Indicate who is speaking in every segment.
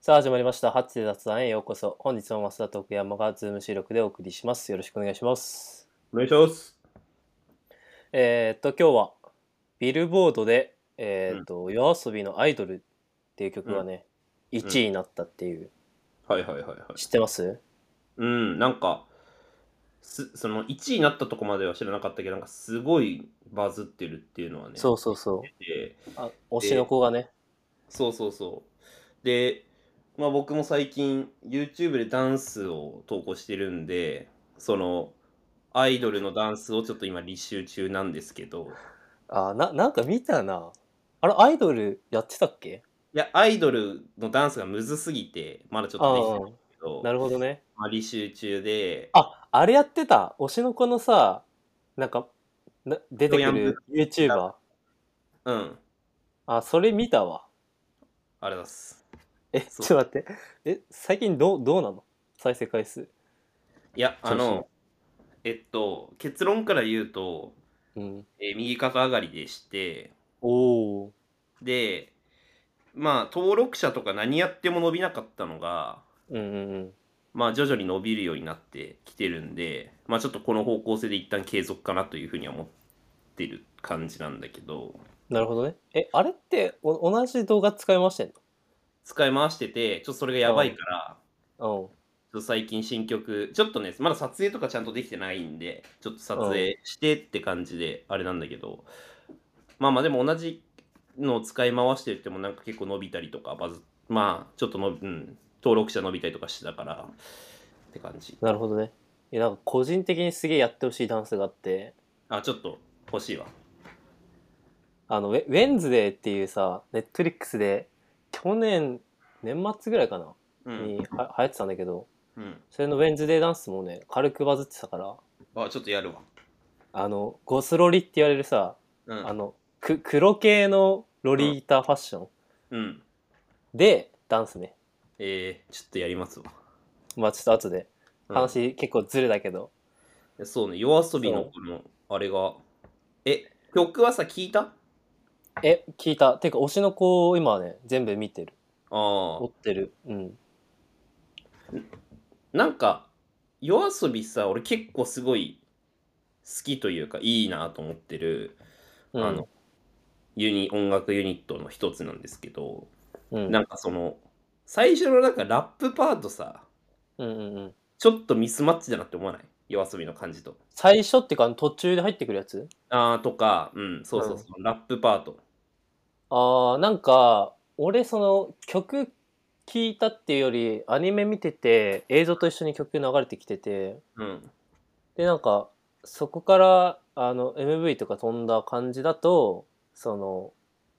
Speaker 1: さあ始まりました。ハッチで雑談へようこそ。本日も増田徳山がズーム収録でお送りします。よろしくお願いします。
Speaker 2: お願いします。
Speaker 1: えーっと、今日はビルボードで、えーっと、夜遊びのアイドルっていう曲がね、1位になったっていう。
Speaker 2: はいはいはいはい。
Speaker 1: 知ってます
Speaker 2: うん、なんか、すその1位になったとこまでは知らなかったけど、なんかすごいバズってるっていうのはね。
Speaker 1: そうそうそう
Speaker 2: で。
Speaker 1: あ推しの子がね。
Speaker 2: そうそうそう。で、まあ僕も最近 YouTube でダンスを投稿してるんで、そのアイドルのダンスをちょっと今履修中なんですけど、
Speaker 1: あな、なんか見たな。あれ、アイドルやってたっけ
Speaker 2: いや、アイドルのダンスがむずすぎて、まだちょっとできてないんだけど、
Speaker 1: なるほどね。
Speaker 2: まあ、履修中で、
Speaker 1: あ、あれやってた。推しの子のさ、なんか、な出てくる YouTuber。
Speaker 2: うん、
Speaker 1: あ、それ見たわ。
Speaker 2: あれです。
Speaker 1: え、ちょっと待って。え、最近どう、どうなの再生回数。
Speaker 2: いや、あ
Speaker 1: そうそう
Speaker 2: の、えっと、結論から言うと、
Speaker 1: うん。
Speaker 2: えー右肩上がりでして、
Speaker 1: おお。
Speaker 2: で、まあ、登録者とか何やっても伸びなかったのが、
Speaker 1: うんうんうん。
Speaker 2: まあ、徐々に伸びるようになってきてるんで、まあ、ちょっとこの方向性で一旦継続かなというふうには思ってる感じなんだけど、
Speaker 1: なるほどね。え、あれってお同じ動画使い回してん
Speaker 2: 使い回してて、ちょっとそれがやばいから、
Speaker 1: の
Speaker 2: ちょっと最近新曲、ちょっとね、まだ撮影とかちゃんとできてないんで、ちょっと撮影してって感じで、あれなんだけど、まあまあでも同じのを使い回してってもなんか結構伸びたりとか、バズ、まあちょっとの、うん、登録者伸びたりとかしてたから、って感じ。
Speaker 1: うん。なるほどね。いや、なんか個人的にすげえやってほしいダンスがあって、
Speaker 2: あ、ちょっと欲しいわ。
Speaker 1: あの、ウェウェンズデーっていうさ、ネットリックスで、去年、年末ぐらいかな、
Speaker 2: う
Speaker 1: に
Speaker 2: ん。
Speaker 1: は流行ってたんだけど、
Speaker 2: うん、
Speaker 1: それのウェンズデーダンスもね、軽くバズってたから、
Speaker 2: あ、ちょっとやるわ。
Speaker 1: あの、ゴスロリって言われるさ、
Speaker 2: うん。
Speaker 1: あの、く黒系のロリータファッション。
Speaker 2: うん。
Speaker 1: でダンスね
Speaker 2: えー、ちょっとやりますわ。
Speaker 1: まあちょっと後で
Speaker 2: うん
Speaker 1: 話結構ずれだけど、
Speaker 2: そうね、夜遊びのこの、あれが、え、曲はさ、聞いたあ
Speaker 1: え聞いたてか推しの子を今はね全部見てる
Speaker 2: あー
Speaker 1: 追。ってるうん
Speaker 2: なんか夜遊びさ俺結構すごい好きというかいいなと思ってる、
Speaker 1: うん
Speaker 2: あのユニ音楽ユニットの一つなんですけど、
Speaker 1: うん
Speaker 2: なんかその最初のなんかラップパートさ
Speaker 1: うんうんうん
Speaker 2: ちょっとミスマッチだなって思わない夜遊びの感じと。
Speaker 1: 最初っていうかあの途中で入ってくるやつ
Speaker 2: あーとかうんそうそうそう、ラップパート。
Speaker 1: あーなんか俺その曲聞いたっていうよりアニメ見てて映像と一緒に曲流れてきてて
Speaker 2: うん
Speaker 1: でなんかそこからあの MV とか飛んだ感じだとその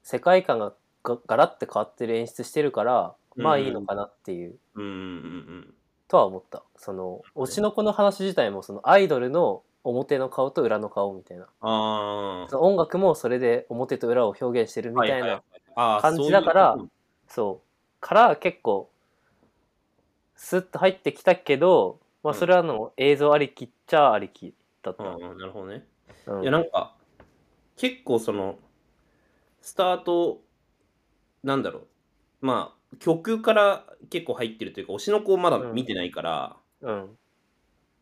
Speaker 1: 世界観ががガラッて変わってる演出してるからまあいいのかなっていう、
Speaker 2: うんうんうん
Speaker 1: とは思ったその推しの子の話自体もそのアイドルの表の顔と裏の顔みたいな
Speaker 2: あ
Speaker 1: そ
Speaker 2: ー
Speaker 1: の音楽もそれで表と裏を表現してるみたいな、
Speaker 2: ははあー
Speaker 1: 感じだから
Speaker 2: そういう
Speaker 1: そうから結構スッと入ってきたけど、まあ、
Speaker 2: うん
Speaker 1: それはあの映像ありきっちゃありきだっ
Speaker 2: こと
Speaker 1: た、
Speaker 2: うんうんなるほどね。
Speaker 1: うん
Speaker 2: いやなんか結構そのスタートなんだろうまあ曲から結構入ってるというか推しの子をまだ見てないから、
Speaker 1: うん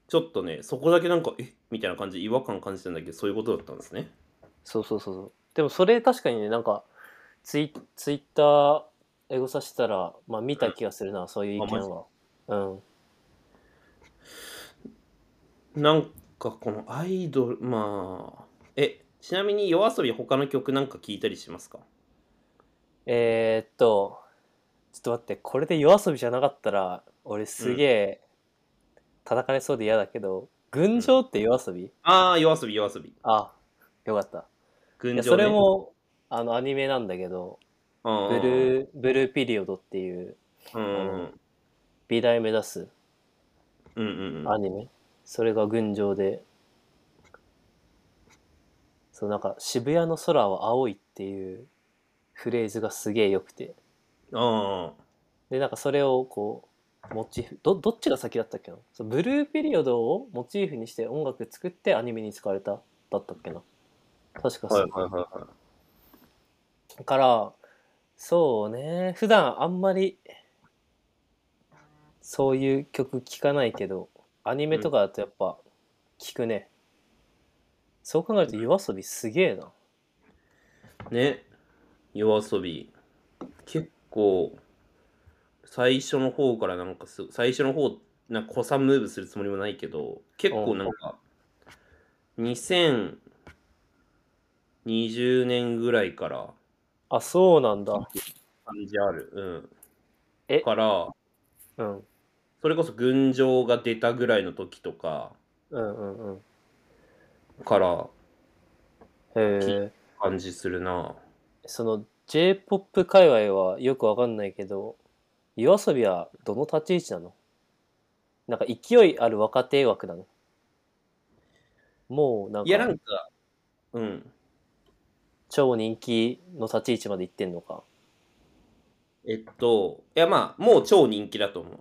Speaker 2: ちょっとねそこだけなんかえみたいな感じ違和感感じたんだけどそういうことだったんですね
Speaker 1: そうそうそうそうでもそれ確かにねなんかツイツイッターエゴさしてたら、まあ、見た気がするな、そういう意見はうん
Speaker 2: なんかこのアイドルまあえちなみに夜遊び他の曲なんか聞いたりしますか
Speaker 1: えー、っとちょっと待ってこれで夜遊びじゃなかったら俺すげえ叩かれそうで嫌だけど「群青」って夜遊び、
Speaker 2: ああ夜遊び夜遊び
Speaker 1: あよかったい
Speaker 2: 群
Speaker 1: や
Speaker 2: 青、
Speaker 1: そ
Speaker 2: ね、
Speaker 1: れもあのアニメなんだけど「ブ
Speaker 2: ブ
Speaker 1: ルーブルーピリオド」っていう
Speaker 2: ーうんうん
Speaker 1: 美大目指す
Speaker 2: うんうんうん
Speaker 1: アニメ、それが群青でそうなんか「渋谷の空は青い」っていうフレーズがすげえよくて
Speaker 2: あ
Speaker 1: でなんかそれをこうモチーフどどっちが先だったっけなそうブルーピリオドをモチーフにして音楽作ってアニメに使われただったっけな確か
Speaker 2: あは
Speaker 1: そ、
Speaker 2: いうはいはいはい
Speaker 1: からそうね普段あんまりそういう曲聴かないけどアニメとかだとやっぱ聴くね、そう考えると夜遊びすげえな
Speaker 2: ね夜遊び結構最初の方からなんかす最初の方なんか子さんムーブするつもりもないけど結構なんか2020年ぐらいから
Speaker 1: あそうなんだ
Speaker 2: 感じあるうん
Speaker 1: え
Speaker 2: から
Speaker 1: うん
Speaker 2: それこそ群青が出たぐらいの時とか
Speaker 1: うんうんうん
Speaker 2: から
Speaker 1: へえ
Speaker 2: 感じするな
Speaker 1: その j p o p 界隈はよくわかんないけど夜遊びはどの立ち位置なのなんか勢いある若手枠なのもうなん
Speaker 2: いやな
Speaker 1: か
Speaker 2: んかうん
Speaker 1: 超人気の立ち位置まで行ってんのか
Speaker 2: えっといやまあもう超人気だと思う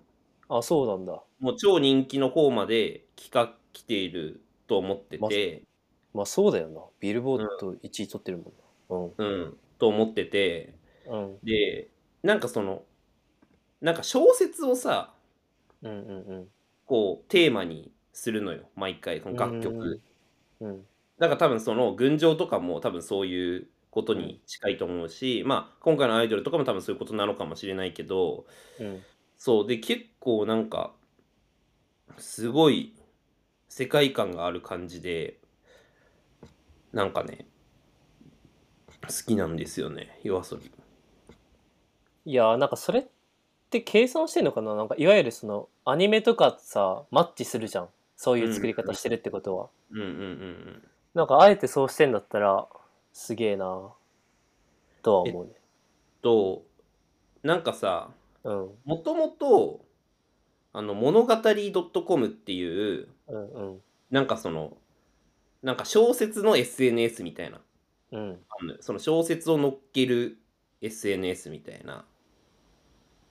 Speaker 1: あそうなんだ
Speaker 2: もう超人気の方まで企画来ていると思って
Speaker 1: ま
Speaker 2: て、
Speaker 1: まあそうだよなビルボード1位取ってるもん
Speaker 2: うん、と思ってて、
Speaker 1: なうんうん
Speaker 2: で、なんかその、なんか小説をさ、
Speaker 1: うんうん
Speaker 2: こう、テーマにするのよ、毎回、この楽曲。
Speaker 1: うんうん
Speaker 2: だから多分その、群青とかも多分そういうことに近いと思うし、まあ、今回のアイドルとかも多分そういうことなのかもしれないけど、
Speaker 1: うん
Speaker 2: そう、で、結構なんか、すごい世界観がある感じで、なんかね、好きなんですよね、夜遊び。
Speaker 1: いやーなんかそれって計算してんのかななんかいわゆるそのアニメとかさマッチするじゃんそういう作り方してるってことは、
Speaker 2: うんうんうんうん。
Speaker 1: なんかあえてそうしてんだったらすげえなとは思うね
Speaker 2: と、なんかさ、
Speaker 1: うん
Speaker 2: もともと、あの、物語 .com っていう、
Speaker 1: うんうん
Speaker 2: なんかその、なんか小説の SNS みたいな、
Speaker 1: うん
Speaker 2: あのその小説を載っける SNS みたいな、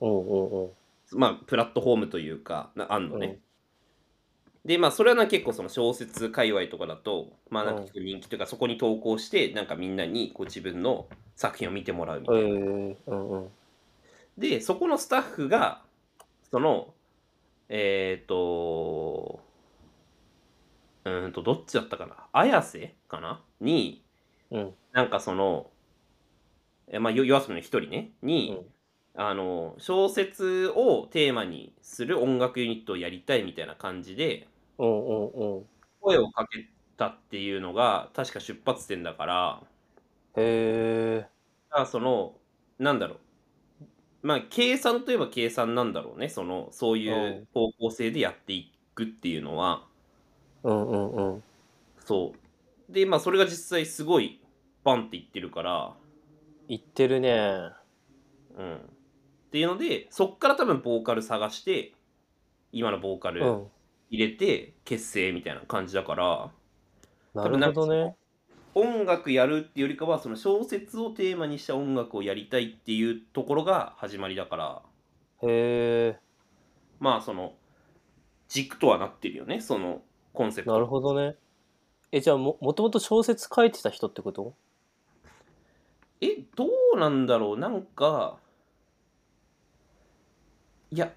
Speaker 1: うんうんうん
Speaker 2: まあ、プラットフォームというか、なあんのね。
Speaker 1: うん
Speaker 2: で、まあ、それはな結構その小説界隈とかだと、まあ、なんか結構人気というか、そこに投稿して、なんかみんなにこう自分の作品を見てもらうみたいな。
Speaker 1: えー、うんうん
Speaker 2: で、そこのスタッフが、その、えっ、ー、と、うーんと、どっちだったかな綾瀬かなに、
Speaker 1: うん
Speaker 2: なんかその、えまあ、よ夜遊びの一人ね、
Speaker 1: う
Speaker 2: に、
Speaker 1: ん
Speaker 2: あの、小説をテーマにする音楽ユニットをやりたいみたいな感じで、
Speaker 1: うんうんうん
Speaker 2: 声をかけたっていうのが、確か出発点だから、
Speaker 1: へえ
Speaker 2: あそのなんだろうまあ計算といえば計算なんだろうねそのそうい
Speaker 1: はいう
Speaker 2: 方向性でやっていくっていうのは
Speaker 1: うんうんうん
Speaker 2: そうでまあそれが実際すごいバンっていってるから
Speaker 1: 言ってるね
Speaker 2: うんっていうのでそっから多分ボーカル探して今のボーカ
Speaker 1: う
Speaker 2: ル
Speaker 1: ん
Speaker 2: 入れて結成みたいな感じだから、
Speaker 1: なるほどね
Speaker 2: 音楽やるっていうよりかはその小説をテーマにした音楽をやりたいっていうところが始まりだから
Speaker 1: へえ
Speaker 2: まあその軸とはなってるよねそのコンセプト
Speaker 1: なるほどねえじゃあももともと小説書いてた人ってこと
Speaker 2: えどうなんだろうなんかいや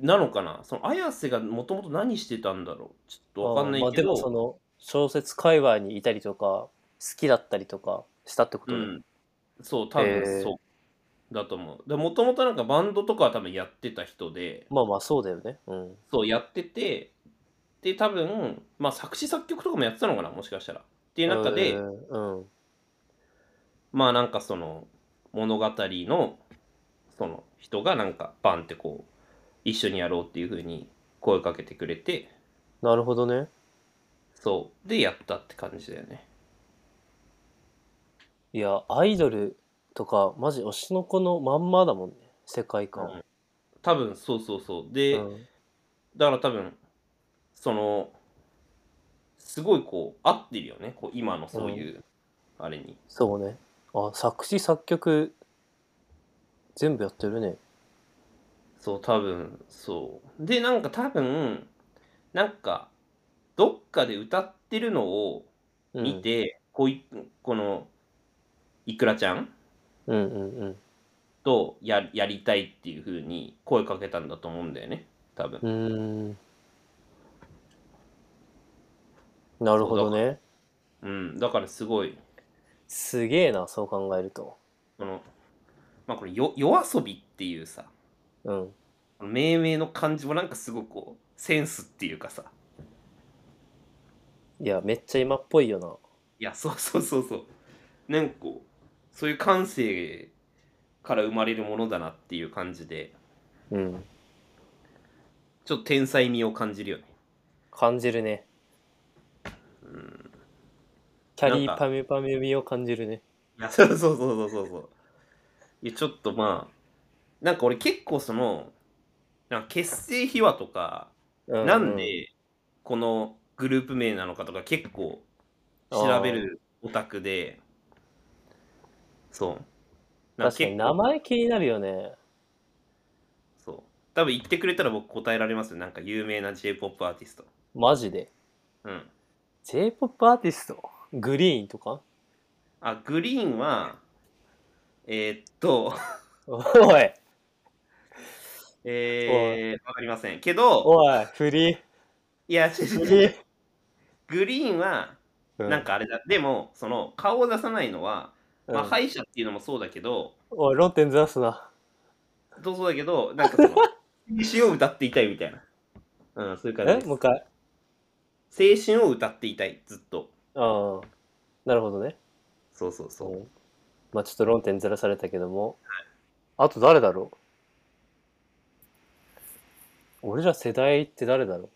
Speaker 2: なのかなその綾瀬がもともと何してたんだろうちょっとわかんな
Speaker 1: あーま
Speaker 2: い
Speaker 1: あ
Speaker 2: け
Speaker 1: で
Speaker 2: ど、
Speaker 1: もその小説界隈にいたりとか好きだったりとかしたってこと
Speaker 2: う
Speaker 1: ね、
Speaker 2: ん、そう多
Speaker 1: へー
Speaker 2: 分そうだと思うもともとなんかバンドとかは多分やってた人で
Speaker 1: まあまあそうだよねうん
Speaker 2: そうやっててで多分、まあ、作詞作曲とかもやってたのかなもしかしたらっていう中で、
Speaker 1: へーうん
Speaker 2: まあなんかその物語のその人がなんかバンってこう一緒にやろうっていう風に声かけてくれて
Speaker 1: なるほどね。
Speaker 2: そうでやったって感じだよね
Speaker 1: いや、アイドルとか、マジ推しの子のまんまだもんね。世界観。
Speaker 2: 多分そうそうそう
Speaker 1: う
Speaker 2: で、
Speaker 1: ん。
Speaker 2: だから多分そのすごいこう合ってるよねこう今のそういうあれに、
Speaker 1: そうね。あ、作詞作曲、全部やってるね。
Speaker 2: そう多分そうでなんか多分なんかどっかで歌ってるのを
Speaker 1: うん、
Speaker 2: 見。て、こういこのいくらちゃん
Speaker 1: うんうんうん。
Speaker 2: とややりたいっていう風に声かけたんだと思うんだよね。多分
Speaker 1: うーん。なるほどね。
Speaker 2: うんだからすごい
Speaker 1: すげえな、そう考えると。
Speaker 2: このまあこれよ夜遊びっていうさ
Speaker 1: うん。
Speaker 2: 命名の感じもなんかすごくこうセンスっていうかさ
Speaker 1: いや、めっちゃ今っぽいよな。
Speaker 2: いやそうそうそうそうなんかこうそういう感性から生まれるものだなっていう感じで
Speaker 1: うん。
Speaker 2: ちょっと天才味を感じるよね
Speaker 1: 感じるね。
Speaker 2: うん
Speaker 1: キャリ
Speaker 2: な
Speaker 1: ー
Speaker 2: んか
Speaker 1: パミュパミュ味を感じるね。
Speaker 2: いや そうそうそうそうそうそういやちょっとまあなんか俺結構そのなんか結成秘話とか
Speaker 1: うう
Speaker 2: なんでこのグループ名なのかとか結構調べるオタクでそうな
Speaker 1: 確か
Speaker 2: ん結
Speaker 1: に
Speaker 2: 構
Speaker 1: 名前気になるよね。
Speaker 2: そう多分言ってくれたら僕答えられますよなんか有名な J-POP アーティスト
Speaker 1: マジで。
Speaker 2: うん
Speaker 1: J-POP アーティストグリーンとか
Speaker 2: あグリーンはえー、っと
Speaker 1: おい、
Speaker 2: えー、わかりませんけど
Speaker 1: おい、フリー、
Speaker 2: いや 違う
Speaker 1: フ
Speaker 2: 違う違
Speaker 1: リ
Speaker 2: う
Speaker 1: ー。
Speaker 2: グリーンはなんかあれだ、でもその顔を出さないのは、
Speaker 1: うん、
Speaker 2: まあ、
Speaker 1: い、
Speaker 2: 歯医者っていうのもそうだけど、
Speaker 1: おい、論点ずらすな。
Speaker 2: どうそうだけど、なん かその、青春を歌っていたいみたいな。うん、そういう感じ
Speaker 1: え
Speaker 2: で
Speaker 1: もう一回。
Speaker 2: す。青春を歌っていたい、ずっと。
Speaker 1: ああ、なるほどね。
Speaker 2: そうそうそう。
Speaker 1: んまあちょっと論点ずらされたけども。あと誰だろう俺ら世代って誰だろう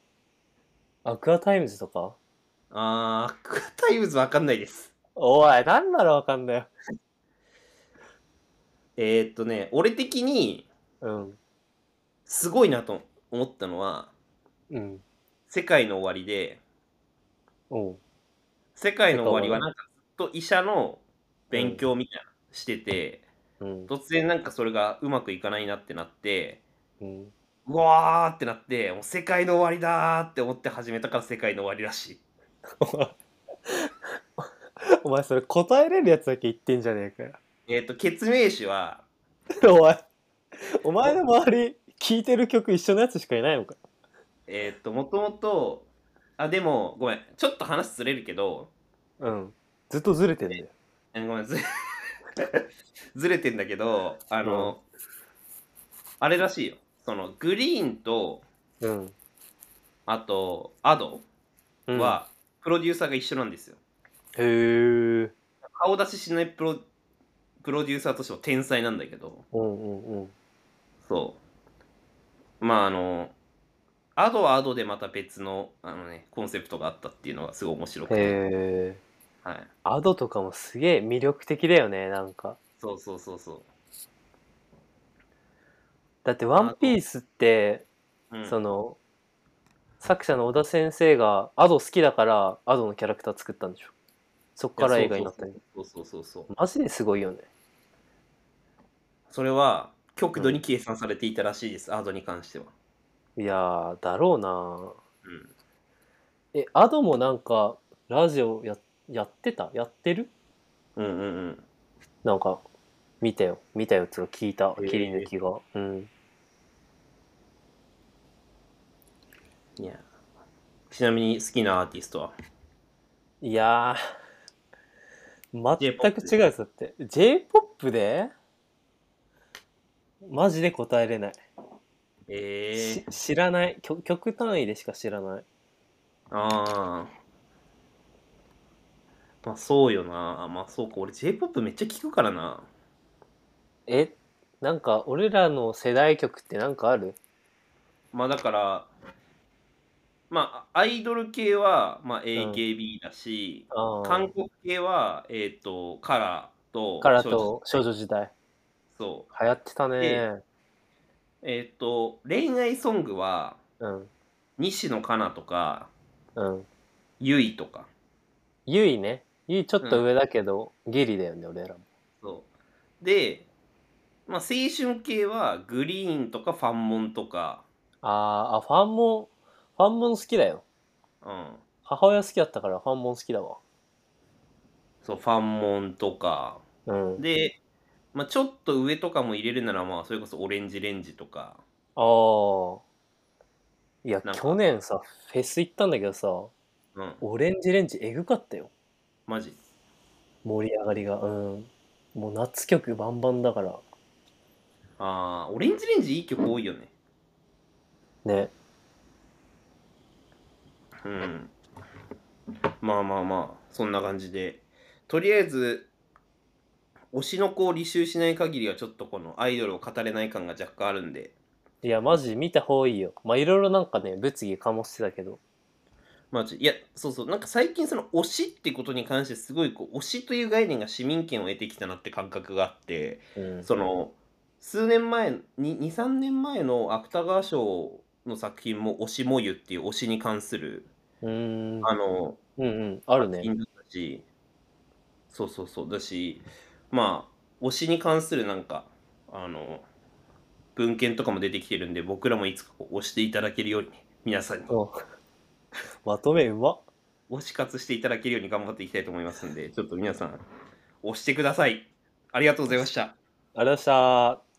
Speaker 1: アクアタイムズとか
Speaker 2: あー、アクアタイムズわかんないです。
Speaker 1: おい、なんならわかんないよ。
Speaker 2: えー、っとね、俺的に、
Speaker 1: うん。
Speaker 2: すごいなと思ったのは、
Speaker 1: うん。
Speaker 2: 世界の終わりで、
Speaker 1: おう。
Speaker 2: 世界の終わりはなんかずっと医者の勉強みたいな、してて、
Speaker 1: うん。
Speaker 2: 突然なんかそれがうまくいかないなってなって、
Speaker 1: うん、
Speaker 2: うわーってなって、もう世界の終わりだーって思って始めたから世界の終わりらしい。
Speaker 1: お前それ答えれるやつだけ言ってんじゃねえかよ。
Speaker 2: えー、っと、決名詞は、
Speaker 1: お前、お前の周り、聴いてる曲一緒のやつしかいないのか。
Speaker 2: えーっと、もともと、あ、でも、ごめん、ちょっと話ずれるけど、
Speaker 1: うん。ずっとずれてんだよ。
Speaker 2: えごめん、ず ずれてんだけど、あの、あれらしいよ。その、グリーンと、
Speaker 1: うん。
Speaker 2: あと、アド
Speaker 1: うん、
Speaker 2: は、プロデューサーが一緒なんですよ。
Speaker 1: へえ。
Speaker 2: 顔出ししないプロプロデューサーとしても天才なんだけど、
Speaker 1: うんうんうん。
Speaker 2: そう。まあ、あの、アドはアドでまた別の、あのね、コンセプトがあったっていうのがすごい面白くて、
Speaker 1: へえ。
Speaker 2: はい。
Speaker 1: アドとかもすげえ魅力的だよね、なんか。
Speaker 2: そうそうそうそ
Speaker 1: だってワンピースって、
Speaker 2: う。うん、
Speaker 1: その、作者の小田先生がアド好きだから、アドのキャラクター作ったんでしょ。そっから映画になったり。
Speaker 2: そうそうそうそうそう
Speaker 1: マジですごいよね。
Speaker 2: それは極度に計算されていたらしいです、アードに関しては、
Speaker 1: いやー、だろうな
Speaker 2: うん、
Speaker 1: え、アドもなんか、ラジオややってたやってる
Speaker 2: うんうんうん
Speaker 1: なんか、見たよ。見たよ。つうか聞いた。
Speaker 2: へー
Speaker 1: 切り抜きが。うん。
Speaker 2: いやちなみに好きなアーティストはい
Speaker 1: やー、全
Speaker 2: J-POP
Speaker 1: く違うやつだって。J-POP でマジで答えれない。
Speaker 2: え
Speaker 1: し知らない曲。曲単位でしか知らない。
Speaker 2: ー、あーまあそうよなまあそうか俺 j p o p めっちゃ聞くからな
Speaker 1: え、なんか、俺らの世代曲ってなんかある
Speaker 2: まあだからまあアイドル系は、まあ、AKB だし、
Speaker 1: あー
Speaker 2: 韓国系はえっ、とカラーと
Speaker 1: から
Speaker 2: 少女
Speaker 1: と少女時代。
Speaker 2: そう
Speaker 1: 流行ってたね
Speaker 2: え。えっ、と恋愛ソングは
Speaker 1: うん。
Speaker 2: 西野カナとか
Speaker 1: うん。
Speaker 2: ユイとか
Speaker 1: ゆいね。ゆいちょっと上だけど、ギリだよね、俺らも。
Speaker 2: そうで、まあ、青春系はグリーンとかファンモンとか、
Speaker 1: あーあ、ファンモン、ファンモン好きだよ。
Speaker 2: うん、
Speaker 1: 母親好きだったからファンモン好きだわ。
Speaker 2: そうファンモンとか
Speaker 1: うん。
Speaker 2: で、まあ、ちょっと上とかも入れるならまあそれこそオレンジレンジとか
Speaker 1: ああ。いや
Speaker 2: なんか
Speaker 1: 去年さフェス行ったんだけどさ
Speaker 2: うん、
Speaker 1: オレンジレンジえぐかったよ
Speaker 2: マジ。
Speaker 1: 盛り上がりがうんもう夏曲バンバンだから
Speaker 2: ああ、オレンジレンジいい曲多いよね。
Speaker 1: ね
Speaker 2: うん。まあまあまあ、そんな感じで。とりあえず、推しの子を履修しない限りは、ちょっとこのアイドルを語れない感が若干あるんで、
Speaker 1: いやマジ見た方がいいよまあいろいろなんかね物議かもしてたけど
Speaker 2: まあ、ちょいや、そうそう、なんか最近その推しってことに関して、すごいこう、推しという概念が市民権を得てきたなって感覚があって、
Speaker 1: うん
Speaker 2: その数年前23年前の芥川賞の作品も「推しもゆ」っていう推しに関する
Speaker 1: うーん
Speaker 2: あの
Speaker 1: うんうんあるね
Speaker 2: 作品だったしそうそうそうだしまあ推しに関するなんかあの文献とかも出てきてるんで僕らもいつかこう推していただけるようにね皆さんに
Speaker 1: うんまとめうまっ
Speaker 2: 推し活していただけるように頑張っていきたいと思いますんでちょっと皆さん推してくださいありがとうございました
Speaker 1: ありがとうございました